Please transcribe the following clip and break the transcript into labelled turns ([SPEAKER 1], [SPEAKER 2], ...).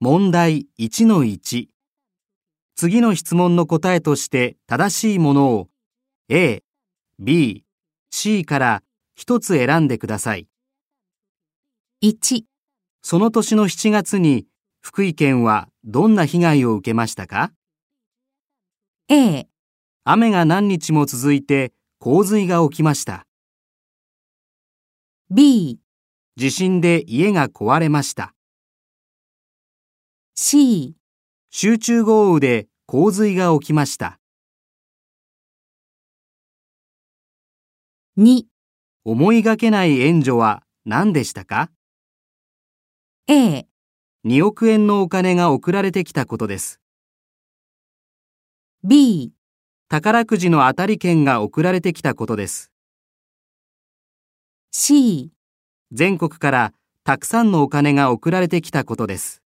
[SPEAKER 1] 問題1-1。次の質問の答えとして正しいものを A、B、C から一つ選んでください。
[SPEAKER 2] 1、
[SPEAKER 1] その年の7月に福井県はどんな被害を受けましたか
[SPEAKER 2] A、
[SPEAKER 1] 雨が何日も続いて洪水が起きました。
[SPEAKER 2] B、
[SPEAKER 1] 地震で家が壊れました。
[SPEAKER 2] C、
[SPEAKER 1] 集中豪雨で洪水が起きました。
[SPEAKER 2] 2、
[SPEAKER 1] 思いがけない援助は何でしたか
[SPEAKER 2] A、
[SPEAKER 1] 2億円のお金が送られてきたことです。
[SPEAKER 2] B、
[SPEAKER 1] 宝くじの当たり券が送られてきたことです。
[SPEAKER 2] C。
[SPEAKER 1] 全国からたくさんのお金が送られてきたことです。